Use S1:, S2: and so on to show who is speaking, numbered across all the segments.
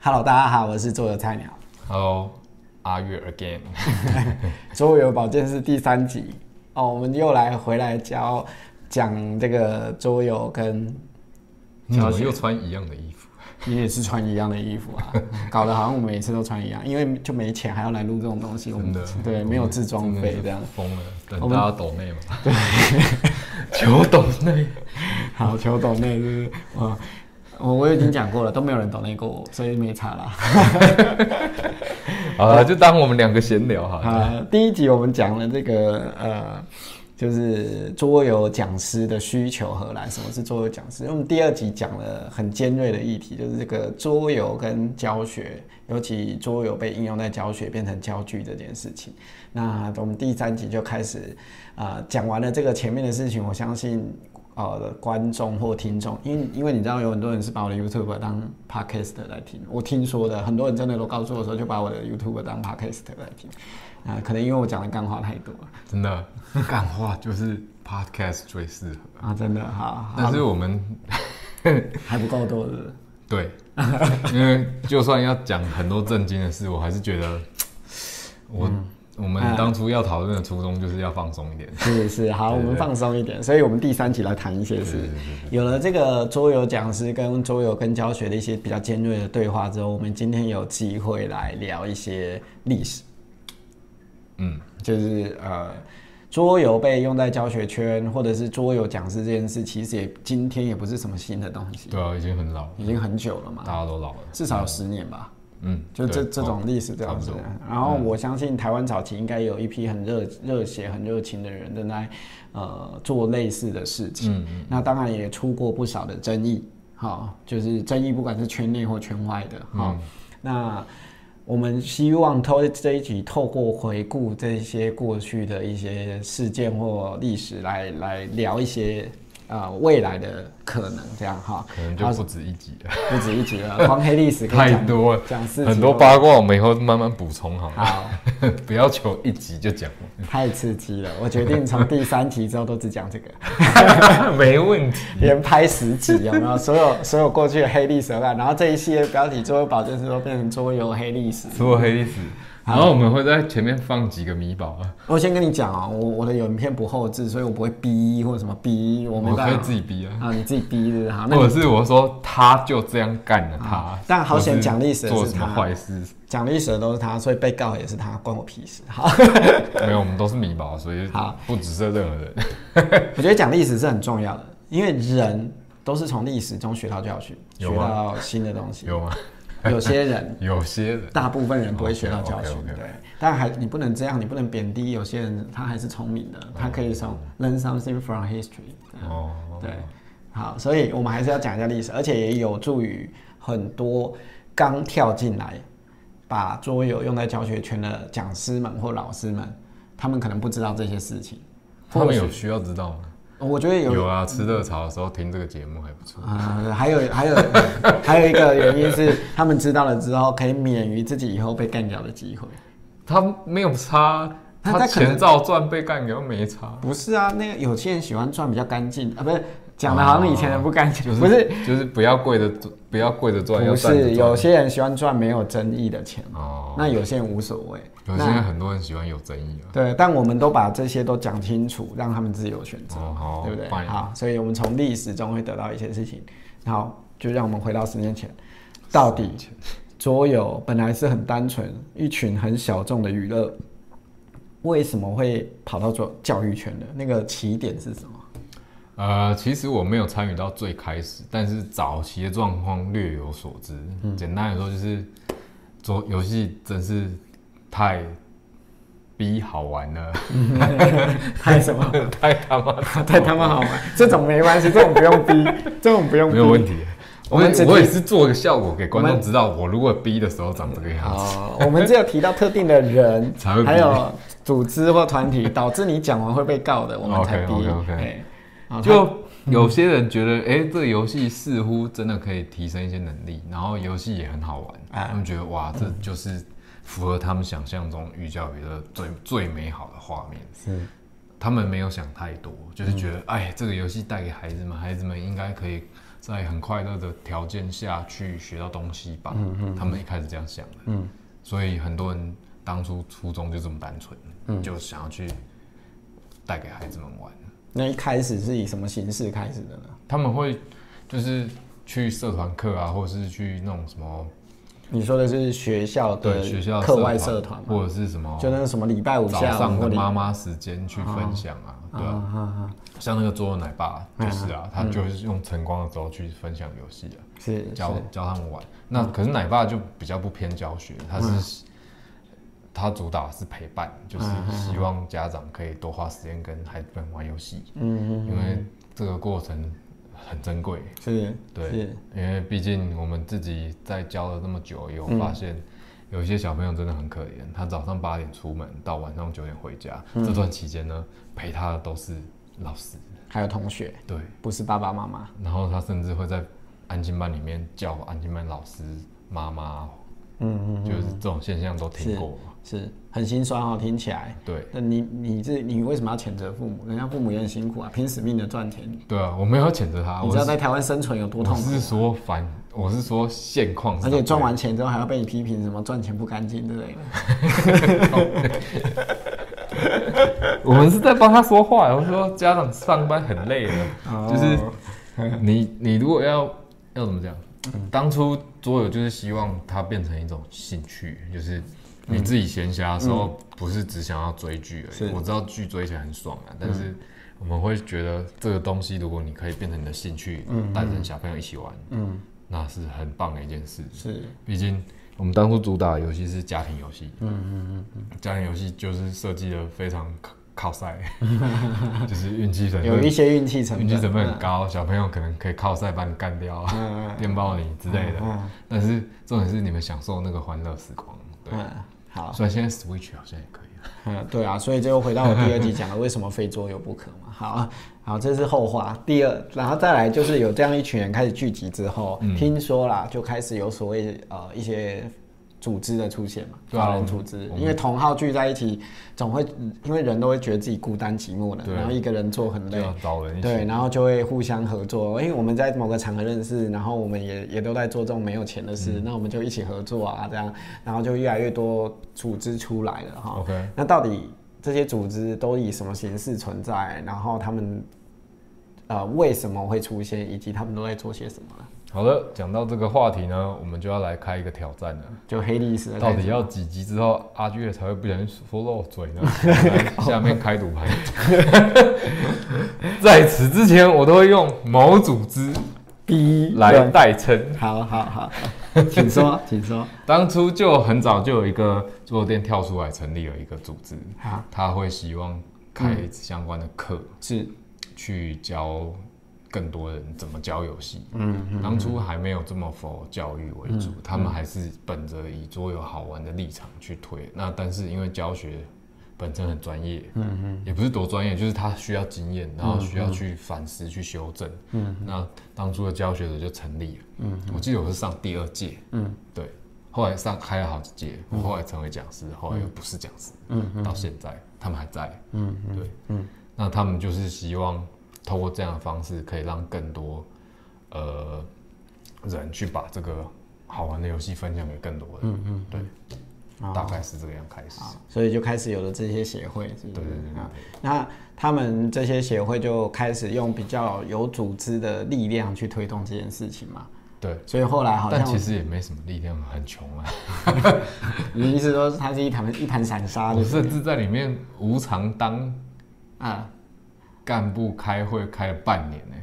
S1: Hello，大家好，我是桌游菜鸟。
S2: Hello，Are you again？
S1: 桌游保健是第三集哦，我们又来回来教讲这个桌游，跟
S2: 你怎么嗯又穿一样的衣服？
S1: 你也是穿一样的衣服 啊，搞得好像我每次都穿一样，因为就没钱还要来录这种东西，我
S2: 真
S1: 们
S2: 的
S1: 对没有自装费这样。
S2: 疯了，
S1: 我
S2: 等
S1: 们
S2: 大家抖 内嘛。对，求抖内。
S1: 好，求懂内就是我我我已经讲过了，都没有人懂内过我，所以没差啦。
S2: 好了，就当我们两个闲聊哈。
S1: 呃，第一集我们讲了这个呃，就是桌游讲师的需求何来？什么是桌游讲师？我们第二集讲了很尖锐的议题，就是这个桌游跟教学，尤其桌游被应用在教学变成教具这件事情。那我们第三集就开始啊，讲、完了这个前面的事情，我相信。呃，观众或听众，因为因为你知道有很多人是把我的 YouTube 当 Podcast 来听，我听说的，很多人真的都告诉我说，就把我的 YouTube 当 Podcast 来听。啊、可能因为我讲的干话太多了
S2: 真的，干话就是 podcast 最适合，
S1: 啊，真的，好，好
S2: 但是我们
S1: 还不够多是不是
S2: 对，因为就算要讲很多正经的事，我还是觉得我
S1: 嗯
S2: 我们
S1: 哎
S2: 当初要讨论的初衷就是要放松一点。
S1: 是是，好，我们放松一点，所以我们第三集来谈一些事。有了这个桌游讲师跟桌游跟教学的一些比较尖锐的对话之后，我们今天有机会来聊一些历史，
S2: 嗯，
S1: 就是呃，桌游被用在教学圈，或者是桌游讲师这件事，其实也今天也不是什么新的东西，
S2: 对啊，已经很老了，
S1: 已经很久了嘛
S2: 大，家都老了。
S1: 至少有十年吧。
S2: 嗯，
S1: 就这
S2: 对
S1: 这种历史这样子
S2: 差不多。嗯
S1: 然后我相信台湾早期应该有一批很热热血、很热情的人正在呃做类似的事情。
S2: 嗯
S1: 那当然也出过不少的争议，哈、就是争议不管是圈内或圈外的哈、
S2: 嗯
S1: 那我们希望透这一集透过回顾这些过去的一些事件或历史来来聊一些。呃，未来的可能这样哈，
S2: 可能就不止一集了，
S1: 不止一集了， 光黑历史可以
S2: 太
S1: 讲
S2: 多了，
S1: 讲四集
S2: 很多
S1: 都
S2: 八卦，我们以后慢慢补充好了，
S1: 好，
S2: 不要求一集就讲
S1: 太刺激了！我决定从第三集之后都只讲这个，
S2: 完，没问题。
S1: 连拍十集有没有？所有 所有过去的黑历史啊，然后这一系列标题桌游保健师都变成桌游黑历史。
S2: 所有黑历史，然后我们会在前面放几个米宝啊，
S1: 我先跟你讲啊、我我的影片不后置，所以我不会逼或者什么逼，我没
S2: 我
S1: 办
S2: 可以
S1: 法
S2: 自己逼啊，
S1: 啊，你自己逼的好，那
S2: 或
S1: 你
S2: 者是我说他就这样干了他，
S1: 但好险
S2: 或是
S1: 讲历史的是他
S2: 做什么坏事，
S1: 讲历史的都是他，所以被告也是他，关我屁事。 好，
S2: 没有，我们都是米宝，所以
S1: 好
S2: 不只是任何人，
S1: 我觉得讲历史是很重要的，因为人都是从历史中学到教训，学
S2: 有吗
S1: 到新的东西。
S2: 有吗？
S1: 有些人
S2: 有些人，
S1: 大部分人不会学到教训
S2: 哦 OK，OK，OK
S1: 对。但还你不能这样，你不能贬低有些人，他还是聪明的，他可以从 learn something from history
S2: 哦，
S1: 对。好，所以我们还是要讲一下历史，而且也有助于很多刚跳进来把桌游用在教学圈的讲师们或老师们，他们可能不知道这些事情。
S2: 他们有需要知道吗？
S1: 我觉得有
S2: 有啊，吃热潮的时候听这个节目还不错。
S1: 啊、还有还有 还有一个原因是，他们知道了之后，可以免于自己以后被干掉的机会。
S2: 他没有差，
S1: 他
S2: 他
S1: 他可能
S2: 钱照赚被干掉没差，
S1: 不是啊，那个有些人喜欢赚比较干净啊，不是讲的好像以前人不干净，
S2: 哦就是
S1: 不是
S2: 就是不要跪着做不要跪着赚，要
S1: 不
S2: 站着
S1: 是，有
S2: 赚。
S1: 些人喜欢赚没有争议的钱，
S2: 哦，
S1: 那有些人无所谓。
S2: 有现在很多人喜欢有争议啊。
S1: 对，但我们都把这些都讲清楚，让他们自由选择，
S2: 哦好
S1: 对不对？
S2: fine
S1: 好，所以我们从历史中会得到一些事情，然后就让我们回到十年前，到底桌游本来是很单纯，一群很小众的娱乐，为什么会跑到做教育圈的？那个起点是什么？
S2: 呃，其实我没有参与到最开始，但是早期的状况略有所知。
S1: 嗯
S2: 简单来说，就是做游戏真是太逼好 玩了，
S1: 太什么？
S2: 太他妈
S1: 太他妈好玩，这种没关系，这种不用逼，这种不用逼。
S2: 没有问题。
S1: 我
S2: 我
S1: 们
S2: 也
S1: 只
S2: 我也
S1: 提
S2: 是做个效果给观
S1: 我
S2: 众
S1: 们
S2: 知道，我如果逼的时候长这个样子。
S1: 哦，我们只有提到特定的 人
S2: 才会逼
S1: 还有组织或团体，导致你讲完会被告的，我们才逼。
S2: OK，OK，OK
S1: 哎好
S2: 就有些人觉得，哎、这个游戏似乎真的可以提升一些能力，然后游戏也很好玩，
S1: 啊
S2: 他们觉得哇，这就是符合他们想象中寓教于乐最最美好的画面。
S1: 是嗯
S2: 他们没有想太多，就是觉得，哎、这个游戏带给孩子们，孩子们应该可以在很快乐的条件下去学到东西吧。他们一开始这样想的，
S1: 嗯
S2: 所以很多人当初初衷就这么单纯，
S1: 嗯
S2: 就想要去带给孩子们玩。
S1: 那一开始是以什么形式开始的呢？
S2: 他们会就是去社团课啊，或是去那种什么
S1: 你说的是学校的
S2: 对学校
S1: 课外社团
S2: 或
S1: 吗？
S2: 者是什么
S1: 就那个什么礼拜五
S2: 早
S1: 下
S2: 上
S1: 午或
S2: 的
S1: 礼
S2: 妈妈时间去分享啊，
S1: 啊
S2: 对
S1: 啊
S2: 啊，
S1: 啊，嗯
S2: 像那个桌游奶爸就是啊，他就是用晨光的时候去分享游戏啊，
S1: 是嗯是
S2: 教教他们玩。那可是奶爸就比较不偏教学，他是
S1: 嗯
S2: 他主打是陪伴，就是希望家长可以多花时间跟孩子们玩游戏，
S1: 嗯嗯
S2: 因为这个过程很珍贵。
S1: 是
S2: 对，
S1: 是
S2: 因为毕竟我们自己在教了那么久，有
S1: 嗯
S2: 发现有一些小朋友真的很可怜，他早上八点出门到晚上九点回家，
S1: 嗯
S2: 这段期间呢，陪他的都是老师。
S1: 还有同学，
S2: 对，
S1: 不是爸爸妈妈，
S2: 然后他甚至会在安静班里面叫安静班老师妈妈，
S1: 嗯嗯
S2: 就是这种现象都听过。
S1: 是很心酸哦，听起来。
S2: 对，
S1: 那你你这你为什么要谴责父母？人家父母也很辛苦啊，拼死命的赚钱。
S2: 对啊，我没有谴责他，
S1: 你
S2: 我
S1: 知道
S2: 是
S1: 在台湾生存有多
S2: 我
S1: 痛苦
S2: 是，说反，我是说现况是
S1: 而
S2: 这样，
S1: 且赚完钱之后还要被你批评什么赚钱不干净之类的。
S2: 我们是在帮他说话，我说家长上班很累了，就是 你你如果要要怎么讲，当初桌游就是希望它变成一种兴趣，就是你自己闲暇的时候不是只想要追剧而
S1: 是
S2: 已，我知道剧追起来很爽啊，但是我们会觉得这个东西如果你可以变成你的兴趣，带着小朋友一起玩，
S1: 嗯，
S2: 那是很棒的一件事，
S1: 是
S2: 毕竟我们当初主打的游戏是家庭游戏，嗯嗯嗯，家庭游戏就是设计的非常靠靠 赛，就是运气成
S1: 有一
S2: 分，
S1: 些运气成分，
S2: 运气成分很高，小朋友可能可以靠赛把你干掉啊，
S1: 嗯，嗯
S2: 电爆你之类的。
S1: 嗯
S2: 但是重点是你们享受那个欢乐时光，对。
S1: 嗯，好，
S2: 虽然现在 Switch 好像也可以啊，
S1: 嗯，对啊，所以这又回到我第二集讲的，为什么非桌游不可嘛？ 好，好，这是后话。第二，然后再来就是有这样一群人开始聚集之后，
S2: 嗯
S1: 听说啦，就开始有所谓呃一些组织的出现嘛，
S2: 对啊
S1: 法
S2: 我
S1: 人
S2: 们
S1: 组织，
S2: 我
S1: 因为同号聚在一起，总会因为人都会觉得自己孤单寂寞的，
S2: 对啊
S1: 然后一个人做很
S2: 就
S1: 累
S2: 要。找人一
S1: 对，
S2: 起。
S1: 然后就会互相合作。哎因为我们在某个场合认识，然后我们也也都在做这种没有钱的事，
S2: 嗯
S1: 那我们就一起合作啊，这样，然后就越来越多组织出来了哈。
S2: OK，
S1: 那到底这些组织都以什么形式存在？然后他们呃为什么会出现，以及他们都在做些什么呢？
S2: 好的，讲到这个话题呢，我们就要来开一个挑战了。
S1: 就黑历史的
S2: 到
S1: 开
S2: 底
S1: 始
S2: 要几集之后，阿月才会不小心说漏嘴 呢？来下面开赌牌。 在此之前，我都会用某组织
S1: 逼
S2: 来代称。
S1: 好好好，好请说， 请说。
S2: 当初就很早就有一个桌游店跳出来成立了一个组织，
S1: 好，
S2: 他会希望开相关的课，
S1: 是，
S2: 去教更多人怎么教游戏。
S1: 嗯，
S2: 当初还没有这么否教育为主，他们还是本着以桌游好玩的立场去推。那但是因为教学本身很专业，嗯嗯，也不是多专业，就是他需要经验，然后需要去反思、去修正。嗯，那当初的教学者就成立了。嗯，我记得我是上第二届，嗯，对，后来上开了好几届，我后来成为讲师，后来又不是讲师，嗯，到现在他们还在，嗯，对，嗯，那他们就是希望透过这样的方式，可以让更多。呃人去把这个好玩的游戏分享给更多人。嗯嗯，对，
S1: 哦
S2: 大概是这个样开始。
S1: 好，所以就开始有了这些协会，是不是？
S2: 对对对对
S1: 啊那他们这些协会就开始用比较有组织的力量去推动这件事情嘛。
S2: 对，
S1: 所以后来好像
S2: 但其实也没什么力量，很穷啊。
S1: 你的意思说它是一盘一盘散沙
S2: 我
S1: 的
S2: 甚至在里面无偿当
S1: 啊
S2: 干部开会开了半年呢、
S1: 嗯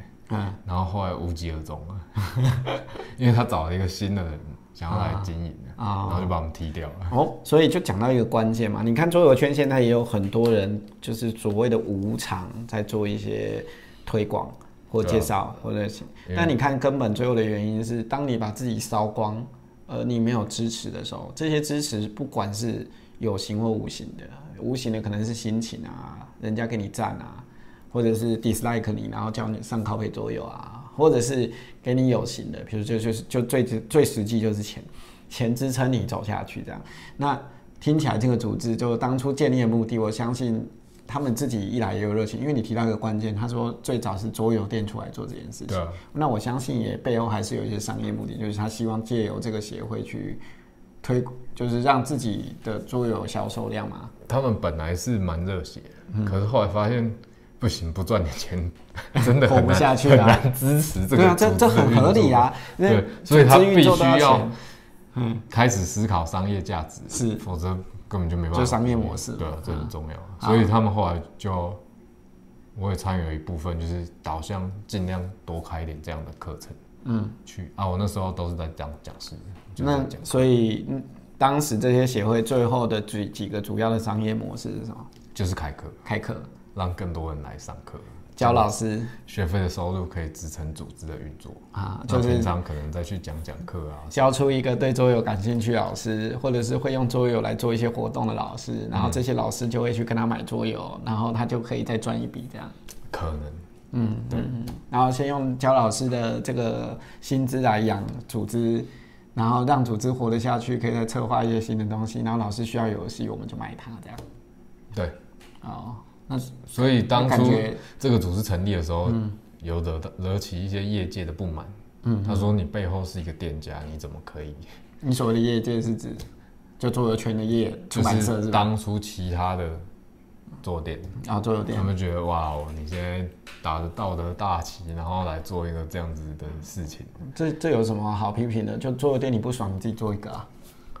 S2: 然后后来无疾而终了， 因为他找了一个新的人想要来经营、
S1: 啊啊
S2: 然后就把我们踢掉了。
S1: 哦，所以就讲到一个关键嘛，你看桌游圈现在也有很多人就是所谓的无偿在做一些推广或介绍或者是，
S2: 因为
S1: 但你看根本最后的原因是，当你把自己烧光，而你没有支持的时候，这些支持不管是有形或无形的，无形的可能是心情啊，人家给你赞啊，或者是 dislike 你，然后叫你上靠背桌游啊，或者是给你有形的，比如就就是就最最实际就是钱，钱支撑你走下去这样。那听起来这个组织就当初建立的目的，我相信他们自己一来也有热情，因为你提到一个关键，他说最早是桌游店出来做这件事
S2: 对
S1: 情，
S2: 啊，
S1: 那我相信也背后还是有一些商业目的，就是他希望借由这个协会去推，就是让自己的桌游销售量嘛，
S2: 他们本来是蛮热血的，
S1: 嗯
S2: 可是后来发现不行，不赚点钱 真的
S1: 活
S2: 很
S1: 不
S2: 难
S1: 下去
S2: 很
S1: 啊
S2: 难支持这个
S1: 对啊，这
S2: 组织
S1: 这很
S2: 运
S1: 合理
S2: 作。
S1: 啊，因为
S2: 对，所以他
S1: 组织
S2: 必
S1: 运作
S2: 须
S1: 都要
S2: 要
S1: 钱
S2: 开始思考商业价值，
S1: 是
S2: 否则根本就没办法。
S1: 就商业模式嘛
S2: 对啊，这很重要。
S1: 啊
S2: 所以他们后来就，我也参与了一部分，就是导向尽量多开一点这样的课程
S1: 嗯，
S2: 去啊。我那时候都是在当讲师，就是在
S1: 那
S2: 讲
S1: 所以嗯当时这些协会最后的几几个主要的商业模式是什么？
S2: 就是开课，
S1: 开课
S2: 让更多人来上课，
S1: 教老师
S2: 学费的收入可以支撑组织的运作。
S1: 啊，
S2: 那
S1: 就
S2: 平
S1: 是
S2: 常可能再去讲讲课啊，
S1: 教出一个对桌游感兴趣的老师，或者是会用桌游来做一些活动的老师，
S2: 嗯
S1: 然后这些老师就会去跟他买桌游，然后他就可以再赚一笔这样。
S2: 可能
S1: 嗯，对。然后先用教老师的这个薪资来养组织，然后让组织活得下去，可以再策划一些新的东西。然后老师需要游戏，我们就买它这样。
S2: 对。
S1: 哦，那
S2: 所以当
S1: 感
S2: 初
S1: 觉
S2: 这个组织成立的时候，
S1: 嗯
S2: 有惹到惹起一些业界的不满。他说你背后是一个店家，你怎么可以？
S1: 你所谓的业界是指就桌游圈的业，出
S2: 就
S1: 版社
S2: 是
S1: 是吧？
S2: 当初其他的做店，
S1: 啊、桌游店
S2: 他。们觉得哇哦，你现在打着道德大旗，然后来做一个这样子的事情。
S1: 这这有什么好批评的？就桌游店你不爽，你自己做一个啊。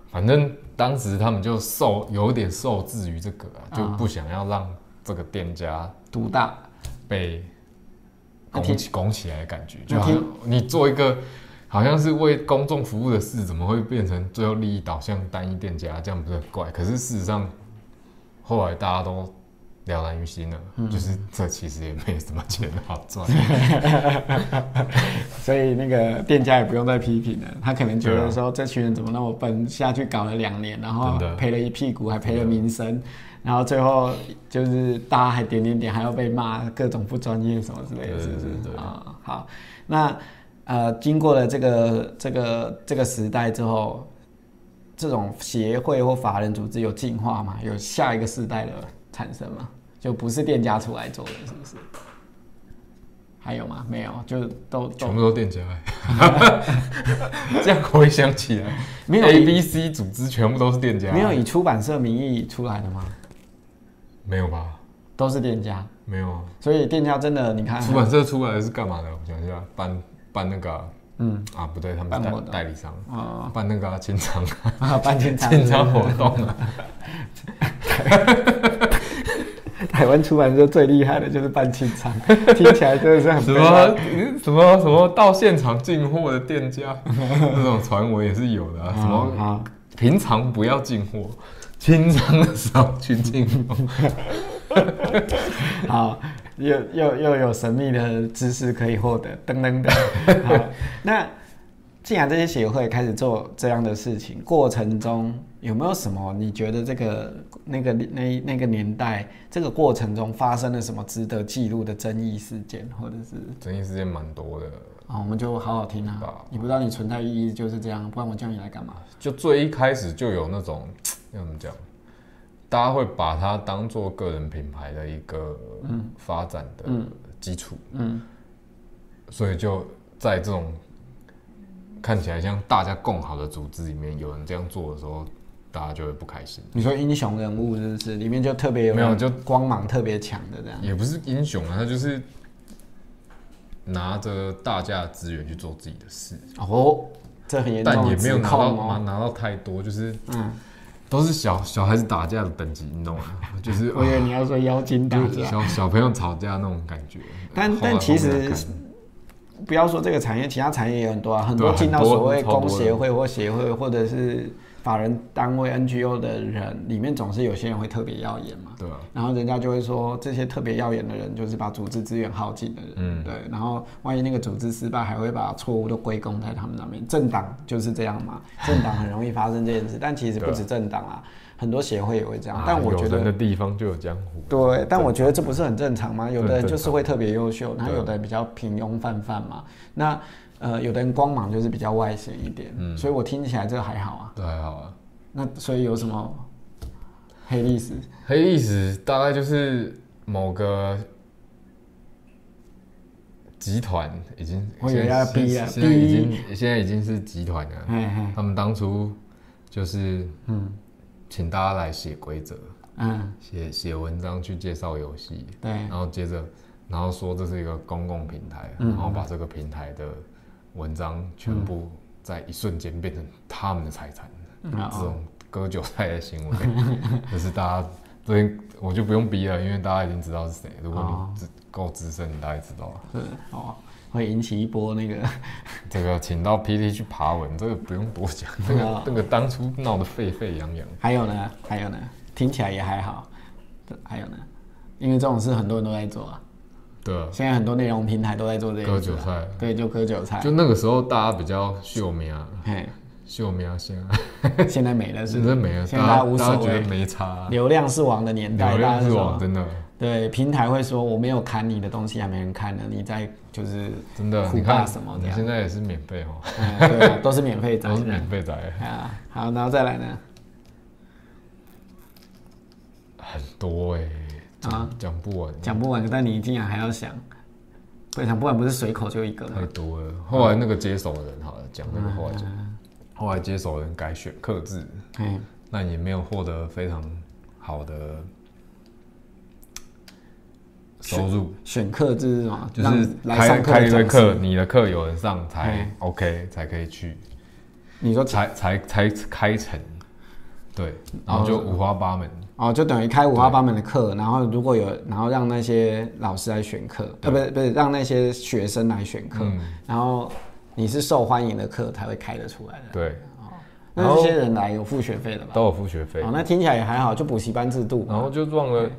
S2: 反正当时他们就受有点受制于这个、啊，就不想要让这个店家
S1: 独大，
S2: 被
S1: 那
S2: 拱
S1: 听
S2: 起拱起来的感觉，
S1: 那
S2: 就好像你做一个好像是为公众服务的事，怎么会变成最后利益导向单一店家？这样不是很怪？可是事实上，后来大家都了然于心了，
S1: 嗯
S2: 就是这其实也没什么钱好 赚。
S1: 所以那个店家也不用再批评了。他可能觉
S2: 对
S1: 得
S2: 啊
S1: 说，这群人怎么那么笨，下去搞了两年，然后
S2: 真的
S1: 赔了一屁股，还赔了名声，然后最后就是大家还点点点，还要被骂各种不专业什么之类的，
S2: 对
S1: 是不是
S2: 对对？对
S1: 啊、好，那呃，经过了这个这个这个时代之后，这种协会或法人组织有进化吗？有下一个世代的产生吗？就不是店家出来做的，是不是？还有吗？没有，就都都
S2: 全部都店家、欸， 这样回想起来，
S1: 没有
S2: A、
S1: 以
S2: B、C 啊组织全部都是店家，
S1: 没有以出版社名义出来的吗？
S2: 没有吧？
S1: 都是店家，
S2: 没有啊。
S1: 所以店家真的你看，
S2: 出版社出来是干嘛的？我想一下，办办那个啊、
S1: 嗯，
S2: 啊，不对，他们
S1: 办
S2: 是
S1: 活动
S2: 代代理商，
S1: 哦，
S2: 办那个啊 清仓
S1: 啊办清 仓，
S2: 清仓活动啊，
S1: 台湾出版社最厉害的就是办清仓，听起来真的是 很
S2: 什
S1: 悲哀
S2: 么什么什么到现场进货的店 家，这种传闻也是有的啊。什
S1: 嗯
S2: 么
S1: 好
S2: 平常不要进货，清仓的时候去进 货，
S1: 好，又又又有神秘的知识可以获得，噔噔噔。好，那既然这些协会开始做这样的事情，过程中有没有什么你觉得这个那个那那个年代这个过程中发生了什么值得记录的争议事件，或者是
S2: 争议事件蛮多的。
S1: 啊、我们就好好听啊
S2: 吧，
S1: 你不知道你存在意义就是这样，不然我叫你来干嘛？
S2: 就最一开始就有那种要怎么讲，大家会把它当做个人品牌的一个发展的基础，
S1: 嗯，
S2: 所以就在这种看起来像大家共好的组织里面，有人这样做的时候，大家就会不开心。
S1: 你说英雄人物是不是？里面就特别有
S2: 没有就
S1: 光芒特别强的这样。
S2: 也不是英雄啊，他就是拿着大家的资源去做自己的事，
S1: 哦，这很严重的
S2: 但也没有
S1: 指
S2: 拿
S1: 控
S2: 到、
S1: 哦。
S2: 拿到太多，就是
S1: 嗯，
S2: 都是小小孩子打架的等级，你懂吗？就 是
S1: 我以为你要说妖精打
S2: 就是
S1: 架。
S2: 小小朋友吵架那种感觉。
S1: 但
S2: 后来
S1: 但其实
S2: 后面看
S1: 不要说这个产业，其他产业也很多啊，很
S2: 对
S1: 多
S2: 啊
S1: 进到
S2: 很多
S1: 所谓
S2: 超多
S1: 工
S2: 的
S1: 协会或协会或者是法人单位 NGO 的人，里面总是有些人会特别耀眼嘛。
S2: 对啊，
S1: 然后人家就会说，这些特别耀眼的人就是把组织资源耗尽的人，
S2: 嗯
S1: 对。然后万一那个组织失败，还会把错误都归功在他们那边。政党就是这样嘛，政党很容易发生这件事，但其实不止政党啊，很多协会也会这样。
S2: 啊
S1: 但我觉
S2: 有人
S1: 得
S2: 的地方就有江湖。
S1: 对，但我觉得这不是很正常吗？有的人就是会特别优秀，然后
S2: 对
S1: 有的人比较平庸泛泛嘛。那呃，有的人光芒就是比较外显
S2: 嗯
S1: 一点，所以我听起来这还好啊。
S2: 对，还好啊。
S1: 那所以有什么？黑历史？
S2: 黑历史大概就是某个集团已经，
S1: 我以为
S2: 现在
S1: 要逼啊
S2: 现在已
S1: 逼
S2: 经现在已经是集团了。
S1: 嘿嘿，
S2: 他们当初就是
S1: 嗯
S2: 请大家来写规则，
S1: 嗯，
S2: 写写文章去介绍游戏，
S1: 对
S2: 然，后接着然后说这是一个公共平台，
S1: 嗯
S2: 然后把这个平台的文章全部
S1: 嗯
S2: 在一瞬间变成他们的财产。
S1: 然
S2: 这
S1: 后
S2: 种割韭菜的行为， 就是大家这边我就不用逼了，因为大家已经知道是谁。如果
S1: 哦
S2: 你资够资深，你大概知道了。
S1: 是哦，会引起一波那个，
S2: 这个请到 PT 去爬文，这个不用多讲，那
S1: 哦
S2: 个那个当初闹得沸沸扬扬。
S1: 还有呢，还有呢，听起来也还好，对还有呢，因为这种事很多人都在做啊，
S2: 对啊，
S1: 现在很多内容平台都在做这
S2: 割
S1: 件事
S2: 韭
S1: 啊、
S2: 菜，
S1: 对，就割韭菜，
S2: 就那个时候大家比较秀名啊，
S1: 嘿，
S2: 秀名啊，现在
S1: 现在没了是
S2: 真
S1: 不是
S2: 的没了，
S1: 现在大
S2: 大
S1: 家
S2: 家
S1: 无
S2: 大
S1: 所
S2: 家觉
S1: 谓
S2: 得，没差啊，
S1: 流量是王的年代，
S2: 流
S1: 大
S2: 量
S1: 家是
S2: 是
S1: 什
S2: 王，
S1: 么
S2: 真的
S1: 对，平台会说我没有砍你的东西，还没人看呢，你在 就是，
S2: 真的，
S1: 虎
S2: 你
S1: 爸
S2: 看
S1: 什么的
S2: 你
S1: 啊
S2: 现在也是免费哦，
S1: 嗯，对啊，都是免费
S2: 都
S1: 涨
S2: 是
S1: 的
S2: 免费仔，
S1: 啊。好，然后再来呢，
S2: 很多哎，
S1: 啊
S2: 讲讲不完。
S1: 讲不完，但你竟然还要想，对，讲不完不是随口就一个吗
S2: 太多了。后来那个接手的人，好了，讲那个后来接，
S1: 嗯
S2: 后来接手的人改选克制，
S1: 哎，
S2: 那也没有获得非常好的收入，
S1: 选课制是什么？
S2: 就是
S1: 让来
S2: 开
S1: 上课
S2: 开一个
S1: 的
S2: 课，
S1: 课，
S2: 你的课有人上才
S1: 嘿
S2: OK，才可以去，
S1: 你说
S2: 才才才开成，对，然后就五花八门，
S1: 哦，就等于开五花八门的课，然后如果有，然后让那些老师来选课，呃，不是不是，让那些学生来选课，
S2: 嗯
S1: 然后你是受欢迎的课才会开得出来的。
S2: 对，然
S1: 那
S2: 后
S1: 这些人来有付学费的吧？
S2: 都有付学费
S1: 哦，，那听起来也还好，就补习班制度嘛。
S2: 然后就撞了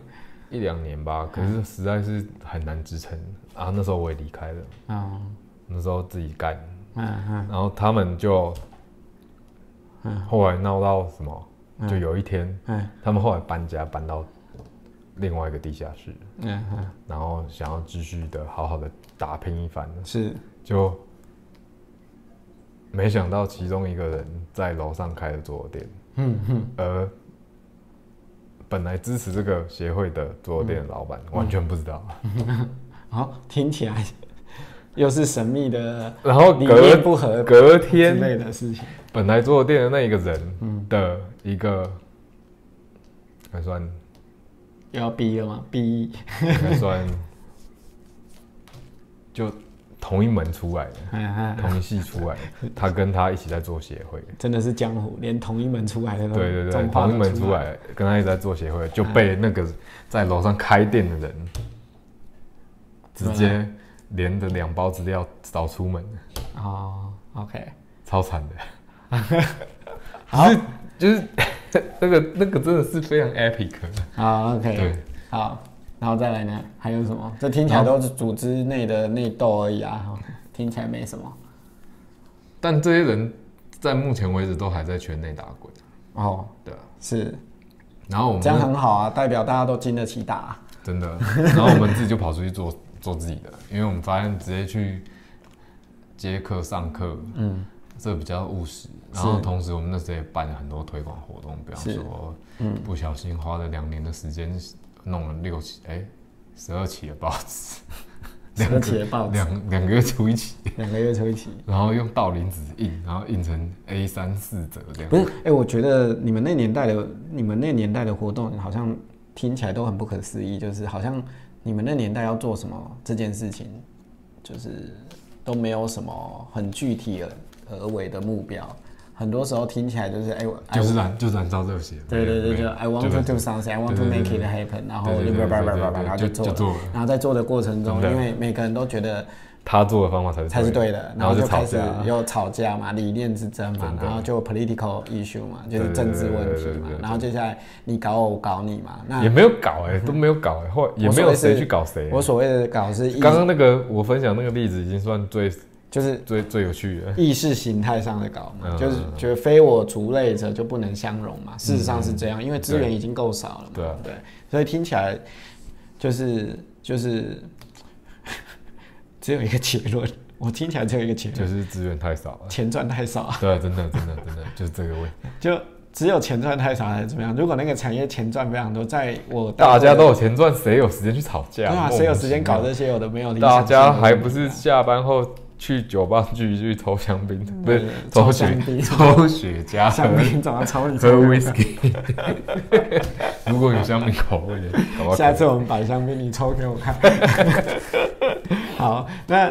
S2: 一两年吧，可是实在是很难支撑啊，那时候我也离开了。
S1: 嗯
S2: 那时候自己干，
S1: 嗯
S2: 然后他们就，后来闹到什么，就有一天，
S1: 嗯
S2: 他们后来搬家搬到另外一个地下室，
S1: 嗯嗯，
S2: 然后想要继续的好好的打拼一番，
S1: 是
S2: 就没想到其中一个人在楼上开了桌游店，
S1: 嗯哼
S2: 而本来支持这个协会的桌游店
S1: 嗯
S2: 的老板完全不知道，
S1: 好，听起来 又是神秘的
S2: 然后
S1: 理念
S2: 隔
S1: 不合
S2: 隔
S1: 之
S2: 天
S1: 类的嗯事情。
S2: 本来做店的那一个人的一个，还算
S1: 又要逼了吗？逼
S2: 还算，就同一门出来的，
S1: 嗯，嗯
S2: 同一系出来的，他跟他一起在做协会，
S1: 真的是江湖，连同一门出来的都
S2: 对对对，
S1: 这种话
S2: 同
S1: 都
S2: 一门出来的，跟他一起在做协会，就被那个在楼上开店的人直接连着两包资料找出门，
S1: 哦。OK，
S2: 超惨的。
S1: 好
S2: 就是 那个那个真的是非常 epic，
S1: 好 OK，
S2: 对，
S1: 好，然后再来呢？还有什么？这听起来都是组织内的内斗而已啊，哦听起来没什么。
S2: 但这些人在目前为止都还在圈内打滚，
S1: 哦，
S2: 对啊。
S1: 是
S2: 然后我
S1: 这样
S2: 们
S1: 很好啊，代表大家都经得起打啊、
S2: 真的，然后我们自己就跑出去做 做自己的，因为我们发现直接去接课上课，嗯，这比较务实。然后同时我们那时候也办了很多推广活动，比方说，
S1: 嗯
S2: 不小心花了两年的时间弄了六期，哎、十二期的报纸，
S1: 十二期的报纸
S2: 两两个月出一期，
S1: 两个月抽一期。
S2: 然后用道林纸印，然后印成 A 三四折这样
S1: 不。是，哎、我觉得你们那年代的，你们那年代的活动好像听起来都很不可思议，就是好像你们那年代要做什么这件事情，就是都没有什么很具体而而为的目标，很多时候听起来就是，哎、我
S2: 就是
S1: I-
S2: 燃就燃烧热血，
S1: 对对对，
S2: 没有
S1: 就 I want
S2: 没
S1: to
S2: 有
S1: do something, I want to
S2: 对对
S1: make
S2: 对
S1: it
S2: 对
S1: happen，然后
S2: 对
S1: 就
S2: 对对
S1: 叭叭
S2: 对
S1: 叭
S2: 对
S1: 叭，
S2: 对
S1: 然后
S2: 就
S1: 做
S2: 就
S1: 了
S2: 做了，
S1: 然后在做的过程中，
S2: 真
S1: 因
S2: 的
S1: 为每个人都觉得
S2: 他做的方法才是
S1: 才是对的，然后就
S2: 就吵
S1: 开始
S2: 架啊，
S1: 又吵架嘛，理念之争嘛
S2: 真，的
S1: 然后就 political issue 嘛，就是
S2: 对对
S1: 政治问
S2: 对
S1: 题
S2: 对
S1: 嘛
S2: 对，对
S1: 然后接下来你搞我，我搞你嘛，那
S2: 也没有搞 哎，都没有搞哎，后来也
S1: 我
S2: 没
S1: 所谓
S2: 有
S1: 是
S2: 谁去搞谁
S1: 我
S2: 欸。
S1: 所谓的搞是意，
S2: 刚刚那个我分享那个例子已经算最
S1: 就是
S2: 最最有 趣的，
S1: 意识形态上的搞嘛，
S2: 嗯
S1: 就是觉得非我族类者就不能相容嘛，事实上是这样，因为资源已经够少了嘛，
S2: 嗯对啊
S1: 对，所以听起来就是就是 只有一个结论，我听起来只有一个结
S2: 就
S1: 论，
S2: 是资源太少了。
S1: 钱赚太少啊。
S2: 对，真的真的真的就是这个问题。
S1: 就只有钱赚太少还是怎么样？如果那个产业钱赚非常多，在我
S2: 大家都有
S1: 钱，
S2: 钱赚，谁有时间去吵架？
S1: 对啊，谁有时间搞这些有的没有理想
S2: 大
S1: 性的
S2: 家
S1: 东西啊？
S2: 还不是下班后去酒吧聚一聚，抽香槟，不是抽
S1: 嗯抽
S2: 雪
S1: 香 槟
S2: 抽雪茄，
S1: 香槟怎么超你
S2: 喝
S1: 抽
S2: whisky。如果有香槟口味的，搞不好
S1: 下次我们摆香槟，你抽给我看。好，那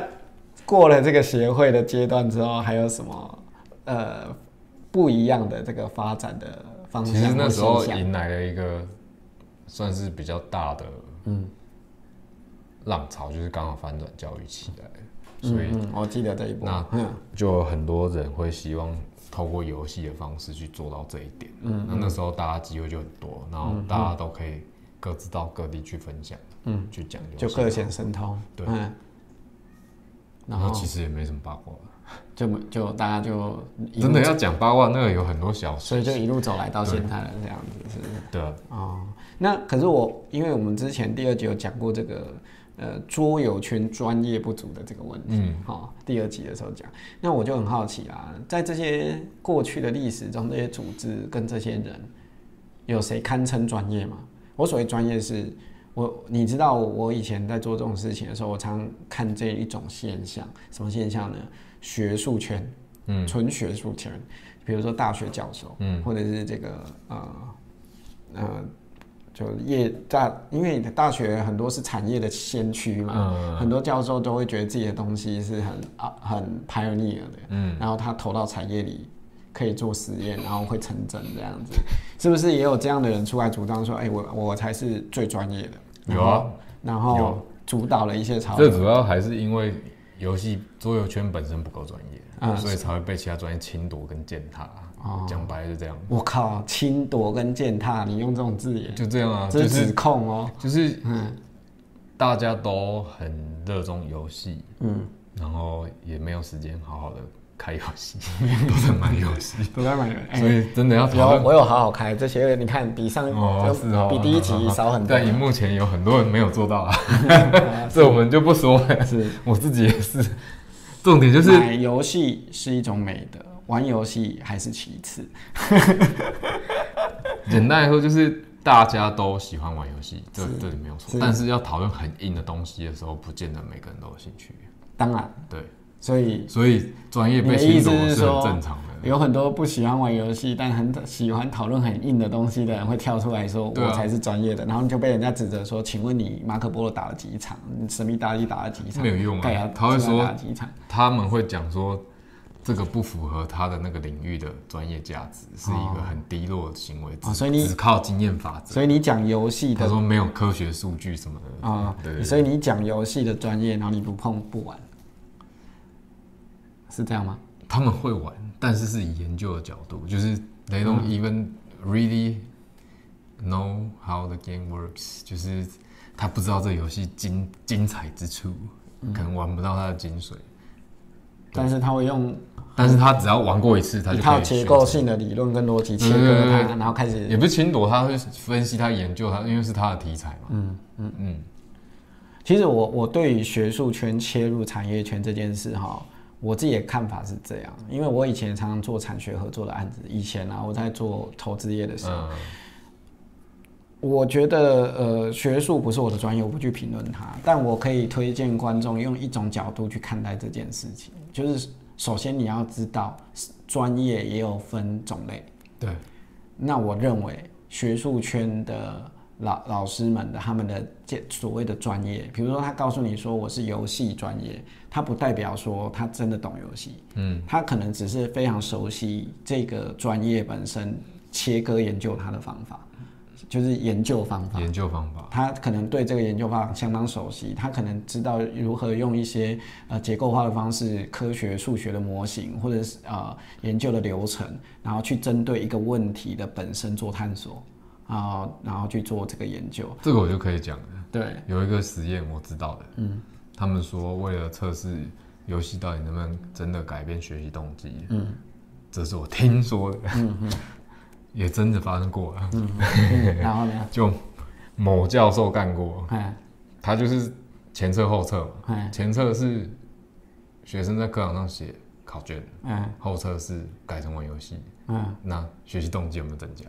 S1: 过了这个协会的阶段之后，还有什么呃不一样的这个发展的方向
S2: 其
S1: 或现象？
S2: 实那时候迎来了一个算是比较大的
S1: 嗯
S2: 浪潮，就是刚好反转教育起来，所
S1: 嗯
S2: 以
S1: 嗯，我记得这一波
S2: 那，
S1: 嗯
S2: 就有很多人会希望透过游戏的方式去做到这一点。嗯，那那时候大家机会就很
S1: 嗯
S2: 多，然后大家都可以各自到各地去分享，
S1: 嗯，
S2: 去讲游
S1: 就
S2: 戏
S1: 各显神通，
S2: 对
S1: 嗯，然
S2: 然后
S1: 后
S2: 其实也没什么八卦，
S1: 就没就大家就一路
S2: 真的要讲八卦，那个有很多小
S1: 所以
S2: 事。
S1: 就一路走来到现在了，这样子是不是
S2: 对啊，
S1: 哦，那可是我，因为我们之前第二集有讲过这个呃桌游圈专业不足的这个问题，
S2: 嗯
S1: 好、第二集的时候讲，啊那我就很好奇啦，在这些过去的历史中，这些组织跟这些人，有谁堪称专业吗？我所谓专业是。我你知道我以前在做这种事情的时候，我常看这一种现象，什么现象呢？学术圈，
S2: 嗯
S1: 纯学术圈，比如说大学教授，
S2: 嗯
S1: 或者是这个呃呃，就业大，因为大学很多是产业的先驱嘛，
S2: 嗯
S1: 很多教授都会觉得自己的东西是很啊很 pioneer 的，
S2: 嗯，
S1: 然后他投到产业里。可以做实验，然后会成真这样子，是不是也有这样的人出来主张说，哎、我我才是最专业的？
S2: 有啊，
S1: 然后，然
S2: 有
S1: 后主导了一些潮
S2: 这
S1: 流。
S2: 主要还是因为游戏桌游圈本身不够专业，
S1: 啊
S2: 所以才会被其他专业侵夺跟践踏。
S1: 哦
S2: 讲白了是这样，
S1: 我靠，侵夺跟践踏，你用这种字眼，
S2: 就这样啊，
S1: 这
S2: 就是是
S1: 指控哦。
S2: 就是
S1: 嗯
S2: 大家都很热衷游戏，
S1: 嗯，
S2: 然后也没有时间好好的开游戏， 都在买游戏，
S1: 都在买人。哎
S2: 所以真的要
S1: 有
S2: 讨论。
S1: 我有好好开这些，你看比上
S2: 哦，是哦，
S1: 比第一集少很多
S2: 但。荧幕前有很多人没有做到啊，
S1: 啊
S2: 这我们就不说 了。
S1: 是，
S2: 我自己也是，重点就是
S1: 买游戏是一种美德，玩游戏还是其次。
S2: 简单来说，就是大家都喜欢玩游戏，这
S1: 是
S2: 这里没有错
S1: 是。
S2: 但是要讨论很硬的东西的时候，不见得每个人都有兴趣。
S1: 当然，
S2: 对，
S1: 所以
S2: 所以专业被
S1: 你的意
S2: 侵
S1: 思
S2: 夺
S1: 是
S2: 是
S1: 说
S2: 很正常的。
S1: 有很多不喜欢玩游戏，但很喜欢讨论很硬的东西的人会跳出来说，
S2: 对啊
S1: 我才是专业的，然后就被人家指责说，请问你马可波罗打了几场？你史密达利打了几场？
S2: 没有用啊
S1: 盖亚
S2: 他会说
S1: 打了几场？
S2: 他们会讲说，这个不符合他的那个领域的专业价值，是一个很低落的行为，只
S1: 哦所以你
S2: 只靠经验法则。
S1: 所以你讲游戏
S2: 他
S1: 的
S2: 说没有科学数据什么的
S1: 啊、
S2: 对对对
S1: 所以你讲游戏的专业，然后你不碰不玩，是这样吗？
S2: 他们会玩，但是是以研究的角度，就是雷东
S1: 嗯
S2: even really know how the game works，就是他不知道这游戏精精彩之处，
S1: 嗯
S2: 可能玩不到它的精髓，
S1: 但是他会用
S2: 但是他只要玩过一次，他
S1: 一
S2: 就
S1: 套
S2: 可以嗯
S1: 结
S2: 选
S1: 构
S2: 择，
S1: 性的理论跟逻辑切
S2: 对对
S1: 割
S2: 对
S1: 它，
S2: 对对
S1: 然后开
S2: 也
S1: 始。
S2: 不是侵夺，他会分析，他研究他，因为是他的题材嘛。嗯嗯嗯，
S1: 其实我我对于学术圈切入产业圈这件事哈，我自己的看法是这样，因为我以前常常做产学合作的案子，以前啊我在做投资业的时候，
S2: 嗯
S1: 我觉得呃，学术不是我的专业，我不去评论它，但我可以推荐观众用一种角度去看待这件事情，就是首先你要知道，专业也有分种类。
S2: 对，
S1: 那我认为学术圈的老老师们的他们的这所谓的专业，比如说他告诉你说我是游戏专业，他不代表说他真的懂游戏，
S2: 嗯，
S1: 他可能只是非常熟悉这个专业本身切割研究它的方法，就是研究方法。
S2: 研究方法，
S1: 啊他可能对这个研究方法相当熟悉，他可能知道如何用一些呃结构化的方式、科学数学的模型，或者是呃研究的流程，然后去针对一个问题的本身做探索啊、然后去做这个研究。
S2: 这个我就可以讲了。
S1: 对，
S2: 有一个实验我知道的，嗯，他们说为了测试游戏到底能不能真的改变学习动机，嗯，这是我听说的，也真的发生过了，
S1: 嗯 然后呢？
S2: 就某教授干过，
S1: 哎
S2: 他就是前测后测嘛，
S1: 哎
S2: 前测是学生在课堂上写考卷，
S1: 哎
S2: 后测是改成玩游戏，
S1: 嗯，
S2: 那学习动机有没有增加？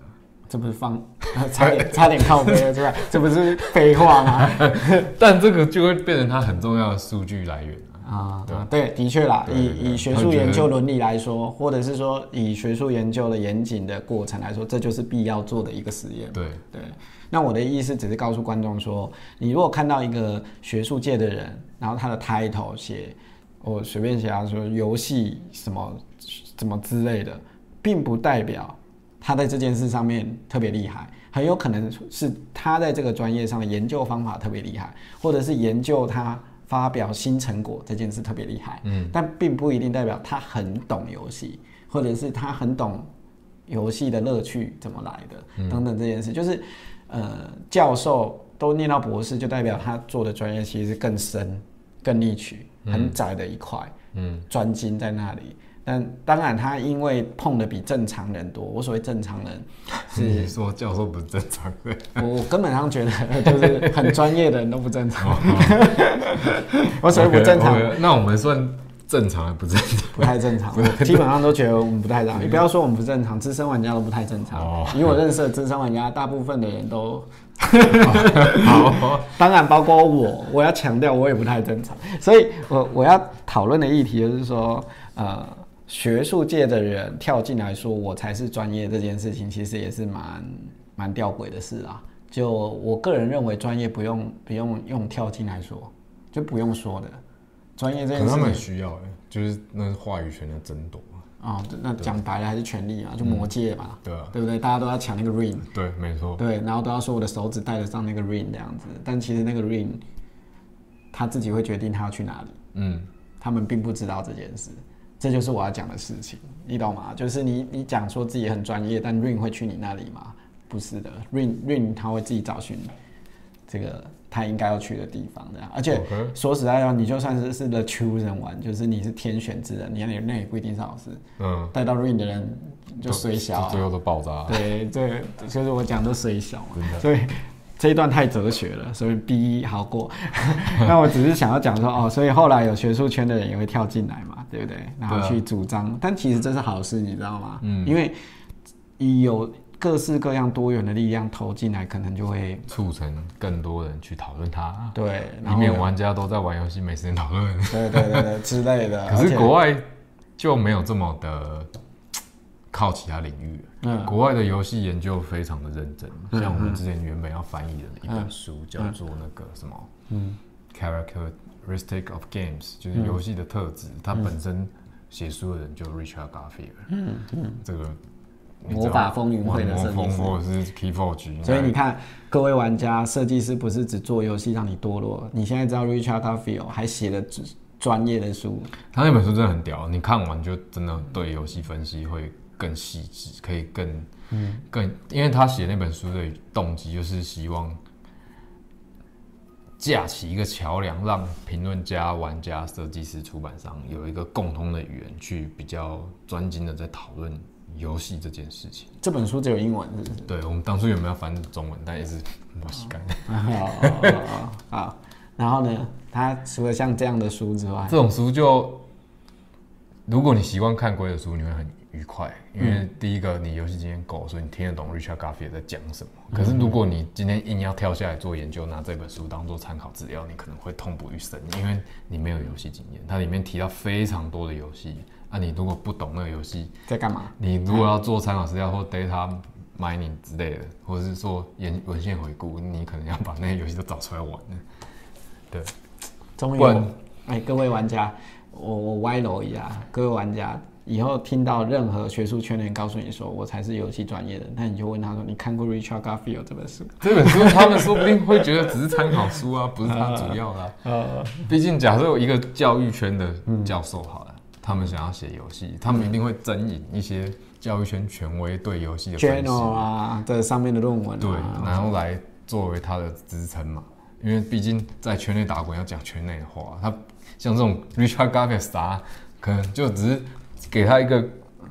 S1: 这不是放 差点差点靠背了出来，这不是废话吗？
S2: 但这个就会变成它很重要的数据来源啊。
S1: 啊、
S2: 对
S1: 对，的确啦，
S2: 对对对
S1: 以以学术研究伦理来说，或者是说以学术研究的严谨的过程来说，这就是必要做的一个实验。
S2: 对，
S1: 对，那我的意思只是告诉观众说，你如果看到一个学术界的人，然后他的 title 写，我随便写啊，说游戏什么什么之类的，并不代表他在这件事上面特别厉害，很有可能是他在这个专业上的研究方法特别厉害，或者是研究他发表新成果这件事特别厉害。
S2: 嗯，
S1: 但并不一定代表他很懂游戏，或者是他很懂游戏的乐趣怎么来的，等等这件事，就是呃，教授都念到博士，就代表他做的专业其实是更深、更 niche、很窄的一块，
S2: 嗯，
S1: 专精在那里。但当然，他因为碰的比正常人多。我所谓正常人，
S2: 你说教授不是正常的，
S1: 我我根本上觉得就是很专业的人都不正常。 我哦所谓不正常
S2: OK，OK，那我们算正常还不 正常？
S1: 不太正常，我基本上都觉得我们不太正常。你不要说我们不正常，资深玩家都不太正常。
S2: 哦
S1: 以我认识的资深玩家，大部分的人都，
S2: 好，
S1: 当然包括我，我要强调我也不太正常。所以我我要讨论的议题就是说，呃，学术界的人跳进来说我才是专业这件事情，其实也是蛮蛮吊诡的事啦。就我个人认为，专业不用不用用跳进来说，就不用说的。专业这件
S2: 可能
S1: 事
S2: 他
S1: 情
S2: 们很需要、欸，就是那是话语权的争夺嘛，
S1: 哦，那讲白了还是权利嘛，就魔戒嘛。
S2: 对啊，
S1: 对不对？大家都要抢那个 ring，
S2: 对，啊没错，
S1: 对，然后都要说我的手指戴得上那个 ring 这样子，但其实那个 ring 他自己会决定他要去哪里，
S2: 嗯，
S1: 他们并不知道这件事，这就是我要讲的事情，你懂吗？就是你你讲说自己很专业，但 ring 会去你那里吗？不是的，ring ring 他会自己找寻这个他应该要去的地方这样，而且
S2: OK
S1: 说实在话，哦你就算是是 the chosen one，就是你是天选之人，你那也那也不一定是好事，
S2: 嗯，
S1: 带到 ring 的人就虽小、啊
S2: 就，最后都爆炸了，
S1: 对，这就是我讲的水小嘛
S2: 真，的
S1: 所以这一段太哲学了，所以 B 一好过。 那我只是想要讲说，哦，所以后来有学术圈的人也会跳进来嘛，对不对？然后
S2: 对啊
S1: 去主张，但其实这是好事，你知道吗？
S2: 嗯
S1: 因为以有各式各样多元的力量投进来，可能就会
S2: 促成更多人去讨论它，啊
S1: 对，然
S2: 以
S1: 后
S2: 免玩家都在玩游戏，没时间讨论。
S1: 对对对对之类的。
S2: 可
S1: 而
S2: 是
S1: 且
S2: 国外就没有这么的靠其他领域了。
S1: 嗯
S2: 国外的游戏研究非常的认真，像我们之前原本要翻译的一本书，叫做那个什么，
S1: 嗯
S2: characteristic of games，就是游戏的特质。他本身写书的人就 Richard Garfield，嗯嗯，这个你知道
S1: 魔法风云会的
S2: 魔
S1: 设计
S2: 风
S1: 师
S2: 或者是 Keyforge，
S1: 所以你看，各位玩家，设计师不是只做游戏让你堕落，你现在知道 Richard Garfield 还写了专专业的书，
S2: 他那本书真的很屌，你看完就真的对游戏分析会更细致，可以更嗯更，因为他写那本书的动机就是希望架起一个桥梁，让评论家、玩家、设计师、出版商有一个共通的语言，去比较专精的在讨论游戏这件事情。
S1: 这本书只有英文，是 不是？
S2: 对我们当初有没有翻中文，但也是我洗干。
S1: 哦好，哦好然后呢，他除了像这样的书之外，
S2: 这种书就，如果你习惯看鬼的书，你会很愉快，因为第一个你游戏经验够，所以你听得懂 Richard Garfield 在讲什么。可是如果你今天硬要跳下来做研究，拿这本书当做参考资料，你可能会痛不欲生，因为你没有游戏经验。它里面提到非常多的游戏，啊，你如果不懂那个游戏，
S1: 在干嘛？
S2: 你如果要做参考资料或 data mining 之类的，或者是说研文献回顾，你可能要把那些游戏都找出来玩了。对，
S1: 终于
S2: 不
S1: 我，
S2: 然
S1: 哎，各位玩家，我我歪楼一下，各位玩家。以后听到任何学术圈的人告诉你说我才是游戏专业的，那你就问他说你看过 Richard Garfield 这本书？
S2: 这本书他们说不定会觉得只是参考书啊，不是它主要啦。
S1: 呃，
S2: 毕竟假设有一个教育圈的教授好了，他们想要写游戏，他们一定会征引一些教育圈权威对游戏的分析，
S1: journal 啊，这上面的论文
S2: 对，
S1: 啊，
S2: 然后来作为他的支撑嘛。因为毕竟在圈内打滚要讲圈内的话，他像这种 Richard Garfield 啥，可能就只是给他一个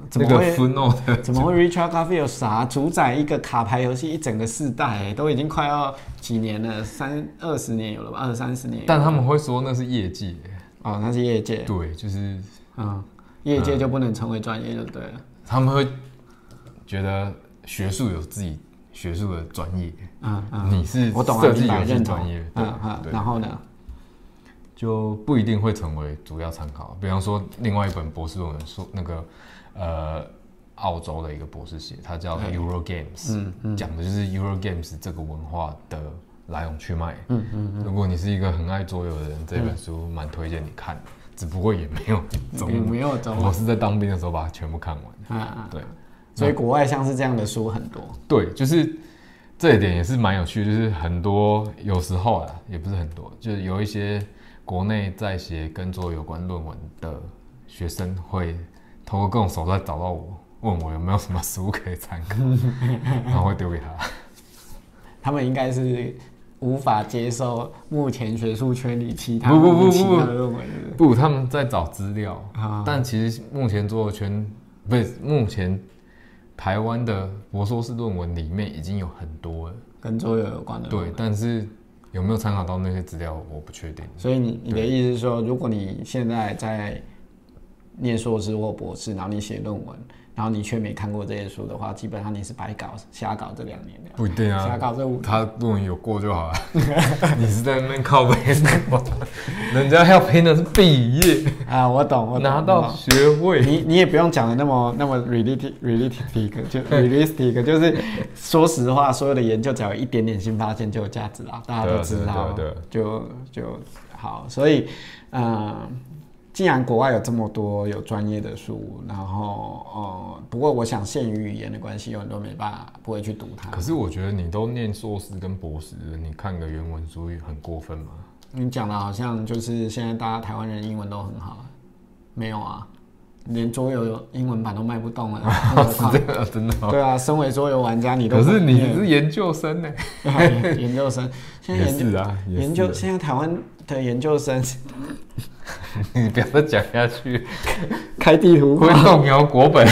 S1: 怎
S2: 那
S1: 么
S2: 个
S1: 会
S2: f o o t note 的
S1: 怎么会 Richard Garfield 啥主宰一个卡牌游戏一整个世代、欸都已经快要几年了，三二十年有了吧，二三十年有了。
S2: 但他们会说那是业界，
S1: 哦，那是业界，
S2: 对，就是
S1: 嗯，业界就不能成为专业，就对了。
S2: 他们会觉得学术有自己学术的专业，
S1: 嗯嗯，
S2: 你是
S1: 我懂啊，
S2: 设计
S1: 明白
S2: 游戏
S1: 认
S2: 专
S1: 同
S2: 业，，对
S1: 嗯嗯，
S2: 对
S1: 然后呢？
S2: 就不一定会成为主要参考。比方说，另外一本博士论文说那个呃澳洲的一个博士写，他叫 Euro Games，讲、
S1: 嗯
S2: 的就是 Euro Games 这个文化的来龙去脉。嗯嗯如果你是一个很爱桌游的人，这本书蛮推荐你看的，只不过也没有中
S1: 也
S2: 文。
S1: 没有中
S2: 我
S1: 文，
S2: 是在当兵的时候把它全部看完。
S1: 嗯嗯，
S2: 对
S1: 所以国外像是这样的书很多，
S2: 对，就是这一点也是蛮有趣，就是很多有时候啊，也不是很多，就是有一些国内在写跟桌有关论文的学生会通过各种手段找到我，问我有没有什么书可以参考，然后会丢给他。
S1: 他们应该是无法接受目前学术圈里其他
S2: 不不不
S1: 莫名其
S2: 不
S1: 妙
S2: 不
S1: 的论文，是不是
S2: 不，他们在找资料，
S1: 啊
S2: 但其实目前桌游圈不是目前台湾的博硕士论文里面已经有很多了，
S1: 跟桌游有关的。
S2: 对，，但是有没有参考到那些资料，我不确定。
S1: 所以你你的意思是说，如果你现在在念硕士或博士，然后你写论文，然后你却没看过这些书的话，基本上你是白搞瞎搞这两年的，
S2: 不一定啊，
S1: 瞎搞这五
S2: 他论文有过就好了。 你是在那边靠背什么？ 人家要评的是毕业，
S1: 啊， 我懂，我懂
S2: 拿
S1: 我
S2: 到
S1: 懂
S2: 学位。
S1: 你你也不用讲的那么那么 realistic realistic 就 realistic 就是说实话，所有的研究只要有一点点新发现就有价值啦，大家都知道，
S2: 对啊
S1: 就就好。所以，嗯，既然国外有这么多有专业的书，然后呃，不过我想限于语言的关系，有很多没办法不会去读它
S2: 可。是我觉得你都念硕士跟博士了，你看个原文书很过分吗？
S1: 你讲的好像就是现在大家台湾人英文都很好，没有啊，连桌游英文版都卖不动了， 更何况
S2: 是这样，真的吗。
S1: 对啊，身为桌游玩家，你都
S2: 哦可是你
S1: 嗯
S2: 是研究生呢，
S1: 研究生，现在
S2: 也
S1: 研究
S2: 是啊，也
S1: 研
S2: 是
S1: 究
S2: 啊。
S1: 现在台湾的研究生
S2: 你不要再讲下 去，
S1: 开地图
S2: 会
S1: 炮，
S2: 动摇 国本。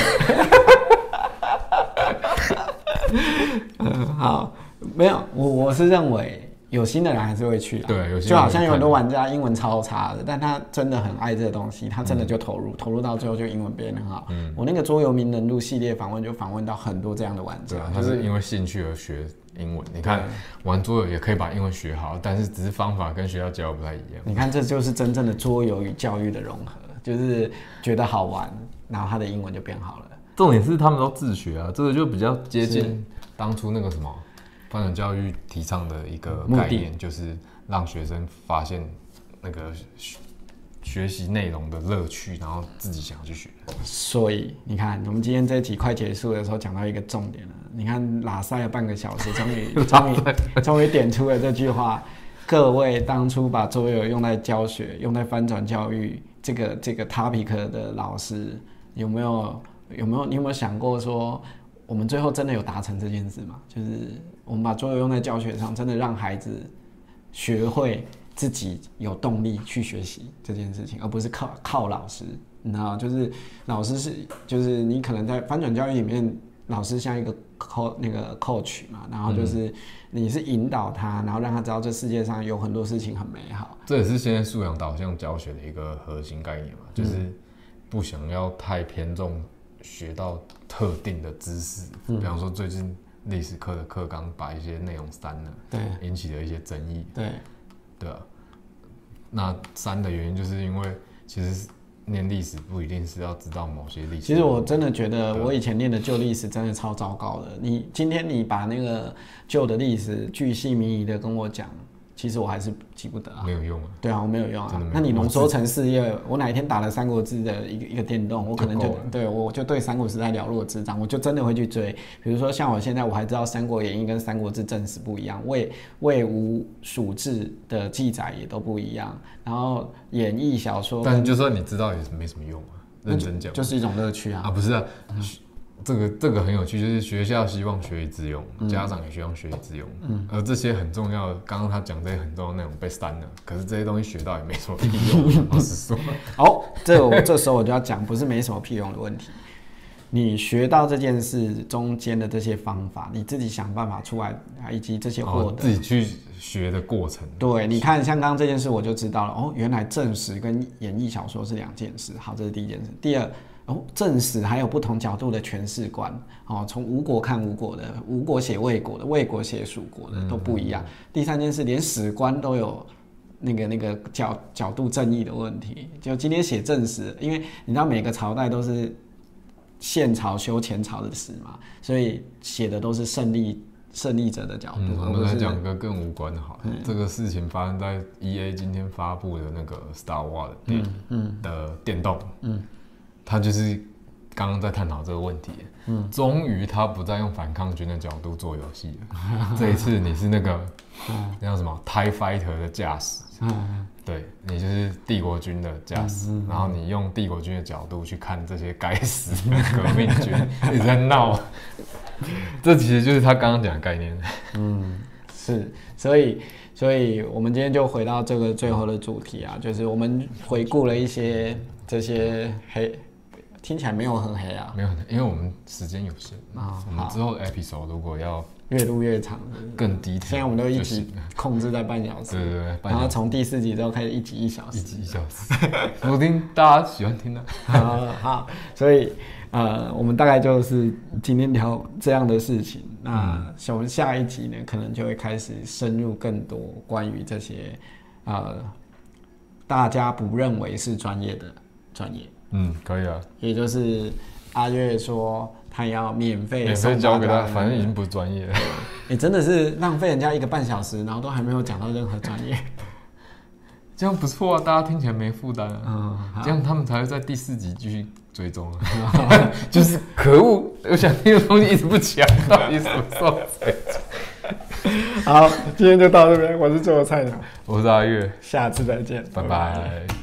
S1: 嗯，好，没有，我我是认为有心的人还是会去啊，
S2: 对有心的人
S1: 就好像有很多玩家英文超差的，但他真的很爱这个东西，他
S2: 嗯
S1: 真的就投入，投入到最后就英文变得很好。我那个桌游名人录系列访问就访问到很多这样的玩家
S2: 对啊，，
S1: 就
S2: 他
S1: 是
S2: 是因为兴趣而学英文。你看
S1: 对
S2: 玩桌游也可以把英文学好，但是只是方法跟学校教的不太一样。
S1: 你看，这就是真正的桌游与教育的融合，就是觉得好玩，然后他的英文就变好了。
S2: 重点是他们都自学啊，这个就比较接近当初那个什么发展教育提倡的一个
S1: 目的
S2: 概念，就是让学生发现那个学学习内容的乐趣，然后自己想要去学。
S1: 所以你看，我们今天这一集快结束的时候讲到一个重点了。你看，拉塞了半个小时，终于终于终于点出了这句话：各位当初把桌游用在教学、用在翻转教育这个这个 topic 的老师，有没有有没有你有没有想过说，我们最后真的有达成这件事吗？就是我们把桌游用在教学上，真的让孩子学会自己有动力去学习这件事情，而不是靠靠老师。你知道，就是老师是，就是你可能在翻转教育里面，老师像一个 co 那个 coach 嘛，然后就是你是引导他，然后让他知道这世界上有很多事情很美好。
S2: 这也是现在素养导向教学的一个核心概念嘛，
S1: 嗯
S2: 就是不想要太偏重学到特定的知识。
S1: 嗯
S2: 比方说最近历史课的课纲把一些内容删了，
S1: 对
S2: 引起了一些争议。
S1: 对，
S2: 对啊，那三的原因就是因为其实念历史不一定是要知道某些历史。
S1: 其实我真的觉得我以前念的旧历史真的超糟糕的。你今天你把那个旧的历史巨细靡遗的跟我讲，其实我还是记不得啊。
S2: 没有用啊，
S1: 对啊，我没有用
S2: 真
S1: 啊
S2: 的没。有
S1: 那你浓缩成事业，我哪一天打了《三国志》的一个一个电动，我可能就
S2: 就够了
S1: 对我就对三国时代了若指掌，我就真的会去追。比如说像我现在，我还知道《三国演义》跟《三国志》正史不一样，魏魏吴蜀志的记载也都不一样，然后演义小说
S2: 但就算你知道也是没什么用啊，认真讲
S1: 就是一种乐趣啊。
S2: 啊，不是啊，这个这个很有趣，就是学校希望学以致用，
S1: 嗯
S2: 家长也希望学以致用，而这些很重要的，刚刚他讲这些很重要的内容被删了，可是这些东西学到也没什么屁 用，啊老实说，
S1: 哦，这我这时候我就要讲，不是没什么屁用的问题。你学到这件事中间的这些方法，你自己想办法出来，以及这些
S2: 然
S1: 获
S2: 后
S1: 得，
S2: 哦自己去学的过程，
S1: 对，你看，像刚刚这件事，我就知道了。哦，原来正史跟演义小说是两件事。好，这是第一件事。第二，哦，正史还有不同角度的诠释观哦，从吴国看吴国的，吴国写魏国的，魏国写蜀国的都不一
S2: 嗯
S1: 样。第三件事，连史官都有那个那个角角度正义的问题。就今天写正史，因为你知道每个朝代都是现朝修前朝的史嘛，所以写的都是胜利胜利者的角
S2: 嗯，
S1: 度，
S2: 我
S1: 而
S2: 们
S1: 不
S2: 来
S1: 是
S2: 讲一个更无关的好了。这个事情发生在 E A 今天发布的那个 Star War 的
S1: 嗯
S2: 电影、的电动，嗯，他就是刚刚在探讨这个问题，嗯，终于他不再用反抗军的角度做游戏 了。这一次你是那个那叫什么 Tie Fighter 的驾驶，
S1: 嗯
S2: 对你就是帝国军的驾驶，然后你用帝国军的角度去看这些该死的革命军 一直在闹， 这其实就是他刚刚讲的概念。
S1: 是，所以，所以我们今天就回到这个最后的主题啊，就是我们回顾了一些这些黑，听起来没有很黑啊，
S2: 没有，因为我们时间有限
S1: 啊
S2: 我们
S1: 好
S2: 之后的 episode 如果要
S1: 越录越长。
S2: 更低调，
S1: 现在我们都一
S2: 就
S1: 集
S2: 行
S1: 控制在半小时，
S2: 对对对半
S1: 然后
S2: 小时
S1: 从第四集之后开始一集一小时，
S2: 一集一小时，我听大家喜欢听的、
S1: 好好，所以呃，我们大概就是今天聊这样的事情。
S2: 嗯
S1: 那我们下一集呢，可能就会开始深入更多关于这些呃大家不认为是专业的专业，
S2: 嗯，可以啊，
S1: 也就是阿月说他要免费
S2: 免费
S1: 啊送
S2: 教给
S1: 大
S2: 他，
S1: 家
S2: 反正已经不是专业了。
S1: 你、哎真的是浪费人家一个半小时，然后都还没有讲到任何专 业。
S2: 这样不错啊，大家听起来没负担啊，
S1: 嗯，好
S2: 这样他们才会在第四集继续追踪啊。 就是可恶，我想听的东西一直不讲，到底什么时候才？
S1: 好，今天就到这边，我是做菜鸟，
S2: 我是阿月，
S1: 下次再见，
S2: 拜拜